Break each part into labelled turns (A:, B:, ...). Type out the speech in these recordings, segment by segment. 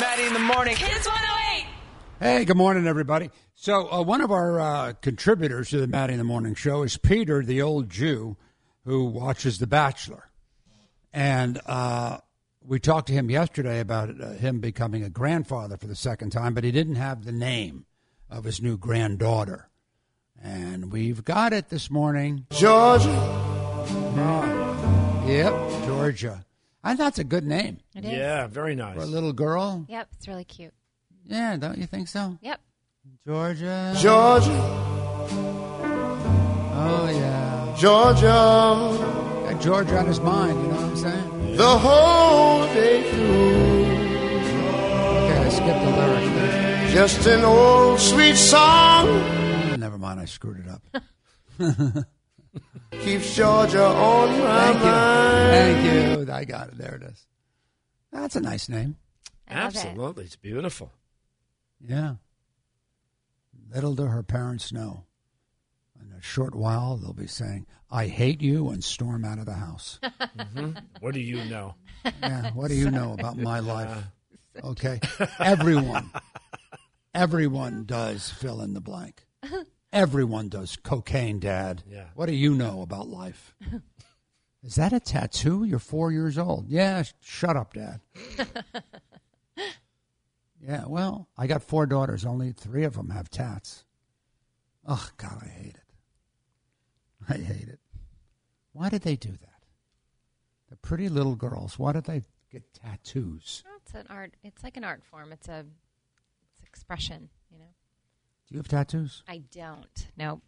A: Maddie in the morning.
B: Kids 108.
C: Hey, good morning, everybody. So, uh, one of our uh, contributors to the Maddie in the Morning show is Peter, the old Jew who watches The Bachelor. And uh, we talked to him yesterday about uh, him becoming a grandfather for the second time, but he didn't have the name of his new granddaughter. And we've got it this morning. Georgia. Oh, yep, Georgia. And that's a good name
D: It is. Yeah,
A: very nice.
C: for a little girl.
D: Yep, it's really cute.
C: Yeah, don't you think so?
D: Yep.
C: Georgia.
E: Georgia,
C: Oh, yeah.
E: Georgia,
C: Got Georgia on his mind, you know what I'm saying?
E: the whole day through.
C: Okay, I skipped the lyrics.
E: Just an old sweet song
C: there. Never mind, I screwed it up.
E: keeps Georgia on my
C: Thank you.
E: mind.
C: Thank you. I got it. There it is. That's a nice name.
D: I love it.
A: Absolutely. It's beautiful.
C: Yeah. Little do her parents know. In a short while, they'll be saying, I hate you, and storm out of the house.
A: What do you know?
C: yeah, what do you know about my life? Okay. Everyone, everyone does fill in the blank. Everyone does cocaine, Dad.
A: Yeah.
C: What do you know about life? Is that a tattoo? You're four years old. Yeah, sh- shut up, Dad. yeah, well, I got four daughters. Only three of them have tats. Oh, God, I hate it. I hate it. Why did they do that? The pretty little girls, why did they get tattoos?
D: Well, It's an art. It's like an art form. It's a it's expression. You know.
C: Do you have tattoos?
D: I don't. Nope.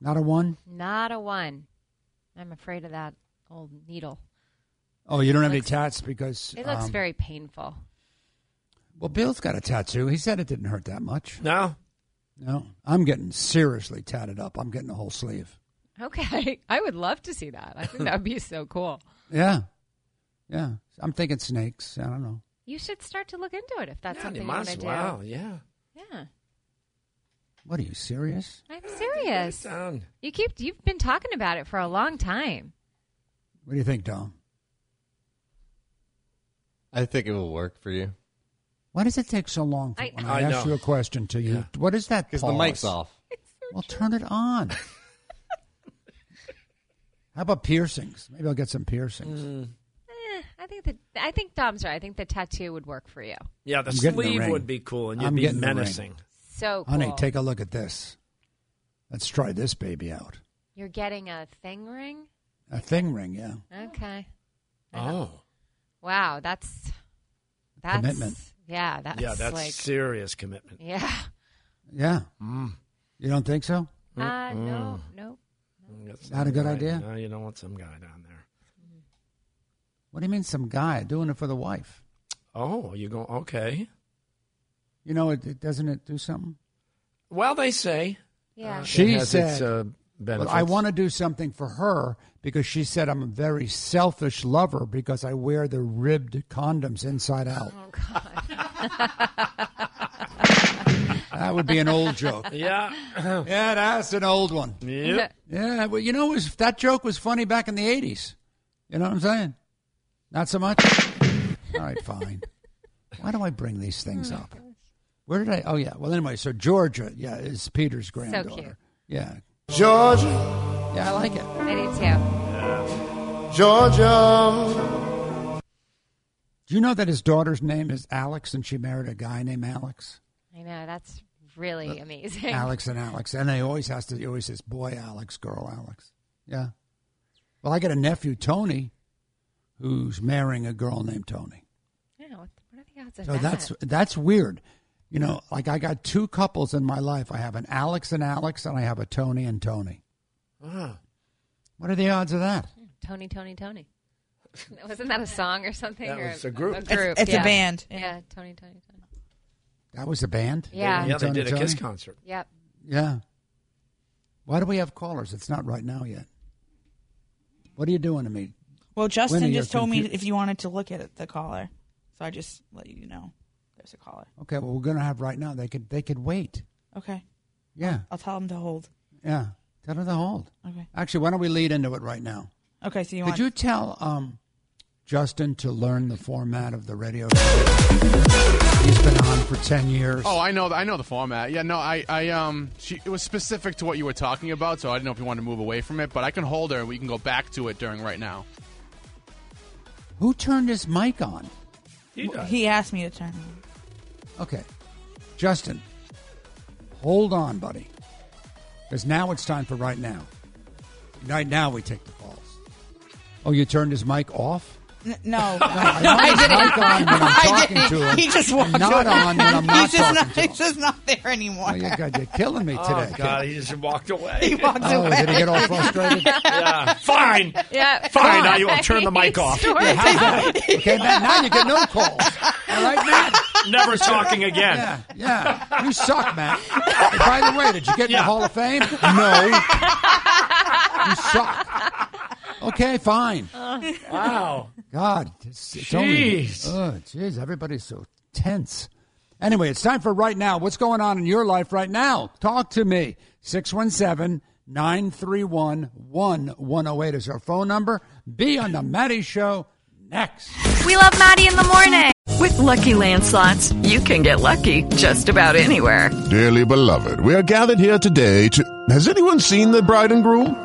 C: Not a one?
D: Not a one. I'm afraid of that old needle.
C: Oh, you don't have
D: Looks-
C: any tats because.
D: It looks
C: um,
D: very painful.
C: Well, Bill's got a tattoo. He said it didn't hurt that much.
A: No?
C: No, I'm getting seriously tatted up. I'm getting a whole sleeve.
F: Okay. I would love to see that. I think that would be so cool.
C: Yeah. Yeah. I'm thinking snakes. I don't know.
D: You should start to look into it if that's
A: Yeah,
D: something you
A: might
D: want
A: as
D: to
A: well,
D: do.
A: Yeah.
D: Yeah.
C: What are you serious?
D: I'm serious.
A: Sit down.
D: You keep you've been talking about it for a long time.
C: What do you think, Dom?
G: I think it will work for you
C: Why does it take so long for,
D: I-
C: when I,
A: I
C: ask
A: know.
C: you a question to you?
A: Yeah.
C: What is that?
G: because the
C: pause?
G: mic's off.
C: Well, turn it on. How about piercings? Maybe I'll get some piercings.
D: Eh, I think that I think Dom's right. I think the tattoo would work for you.
A: Yeah, the
C: I'm getting the
A: sleeve
C: ring.
A: would be cool and you'd
C: I'm
A: be
C: getting the ring.
A: menacing.
D: So cool.
C: Honey, take a look at this. Let's try this baby out.
D: You're getting a thing ring.
C: A thing ring, yeah.
D: Okay.
A: Oh.
D: Wow, that's that's
C: Commitment.
D: Yeah, that's,
A: yeah, that's
D: like
A: serious commitment.
D: yeah.
C: Yeah.
A: Mm.
C: You don't think so?
D: Uh, no, no.
A: That's
C: Not a
A: some
C: good
A: guy-
C: idea?
A: No, Oh, you don't want some guy down there.
C: What do you mean, some guy doing it for the wife?
A: Oh, you go, okay.
C: You know, it, it doesn't it do something?
A: Well, they say.
D: Yeah.
C: She
A: it has its,
C: said-
A: uh,
C: Well,
A: benefits.
C: I want to do something for her because she said I'm a very selfish lover because I wear the ribbed condoms inside out.
D: Oh god.
C: That would be an old joke.
A: Yeah.
C: Yeah, that's an old one.
A: yep.
C: Yeah, well, you know, it was, that joke was funny back in the 80s. You know what I'm saying? Not so much? All right, fine. Why do I bring these things up? Where did I? Oh, yeah. Well, anyway, so Georgia, yeah, is Peter's granddaughter.
D: cute.
C: Yeah.
E: Georgia,
C: Yeah, I like it.
D: I do too.
E: Georgia,
C: Do you know that his daughter's name is Alex and she married a guy named Alex?
D: I know that's
B: Uh,
D: really amazing.
C: Alex and Alex. And he always has to, he always says, boy, Alex, girl, Alex. Yeah. Well, I got a nephew, Tony, who's marrying a girl named Tony.
D: Yeah, what, what are the odds of
C: So
D: that?
C: that's that's weird. You know, like I got two couples in my life. I have an Alex and Alex, and I have a Tony and Tony.
A: Wow.
C: What are the odds of that?
D: Tony, Tony, Tony. Wasn't that a song or something?
A: That
D: or
A: was a group. It's-
D: group,
B: it's a
D: yeah.
B: band,
D: Yeah,
B: yeah.
D: Tony, Tony, Tony.
C: That was the band.
D: Yeah.
A: Yeah, they
C: Tony,
A: did a
C: Tony?
A: Kiss concert.
D: Yep.
C: Yeah. Why do we have callers? It's not right now yet. What are you doing to me?
B: Well, Justin
C: Wendy,
B: just
C: you're
B: told me
C: confu-
B: if you wanted to look at it, the caller, so I just let you know there's a caller.
C: Okay, well we're gonna have right now. They could they could wait.
B: Okay,
C: Yeah,
B: I'll tell him to hold.
C: yeah. Tell them to hold.
B: Okay.
C: Actually, why don't we lead into it right now?
B: Okay, so you
C: Did
B: want
C: you tell um, Justin to learn the format of the radio show? He's been on for ten years.
H: Oh, I know, I know the format. Yeah, no, I, I, um, she, it was specific to what you were talking about, so I didn't know if you wanted to move away from it. But I can hold her, and we can go back to it during right now.
C: Who turned his mic on?
B: he asked me to turn.
C: Okay, Justin, hold on, buddy, because now it's time for right now. Right now, we take the calls. Oh, you turned his mic off.
B: N- no, no,
C: I want his mic on when I'm talking to him
B: He just
C: and
B: walked
C: not
B: away.
C: on when I'm not
B: he's just
C: talking
B: not,
C: to him.
B: He's just not there anymore.
C: Oh, you God, you're killing me today.
A: Oh, God, he just walked away.
B: He walked
C: Oh, away. did he get all frustrated?
A: yeah. Fine.
D: Yeah.
A: Fine. Now you will turn the mic off.
C: Yeah, how's that? okay, Matt, now you get no calls. All right, Matt?
A: Never talking again.
C: Yeah, yeah. You suck, Matt. Hey, by the way, did you get in the Hall of Fame? No. You suck. Okay, fine.
A: Wow.
C: God, it's, it's only-
A: Jeez.
C: Oh, jeez, everybody's so tense. Anyway, it's time for right now. What's going on in your life right now? Talk to me. 617 931 1108 is our phone number. Be on the Maddie Show next.
I: We love Maddie in the morning.
J: With Lucky Land slots, you can get lucky just about anywhere.
K: Dearly beloved, we are gathered here today to. Has anyone seen the bride and groom?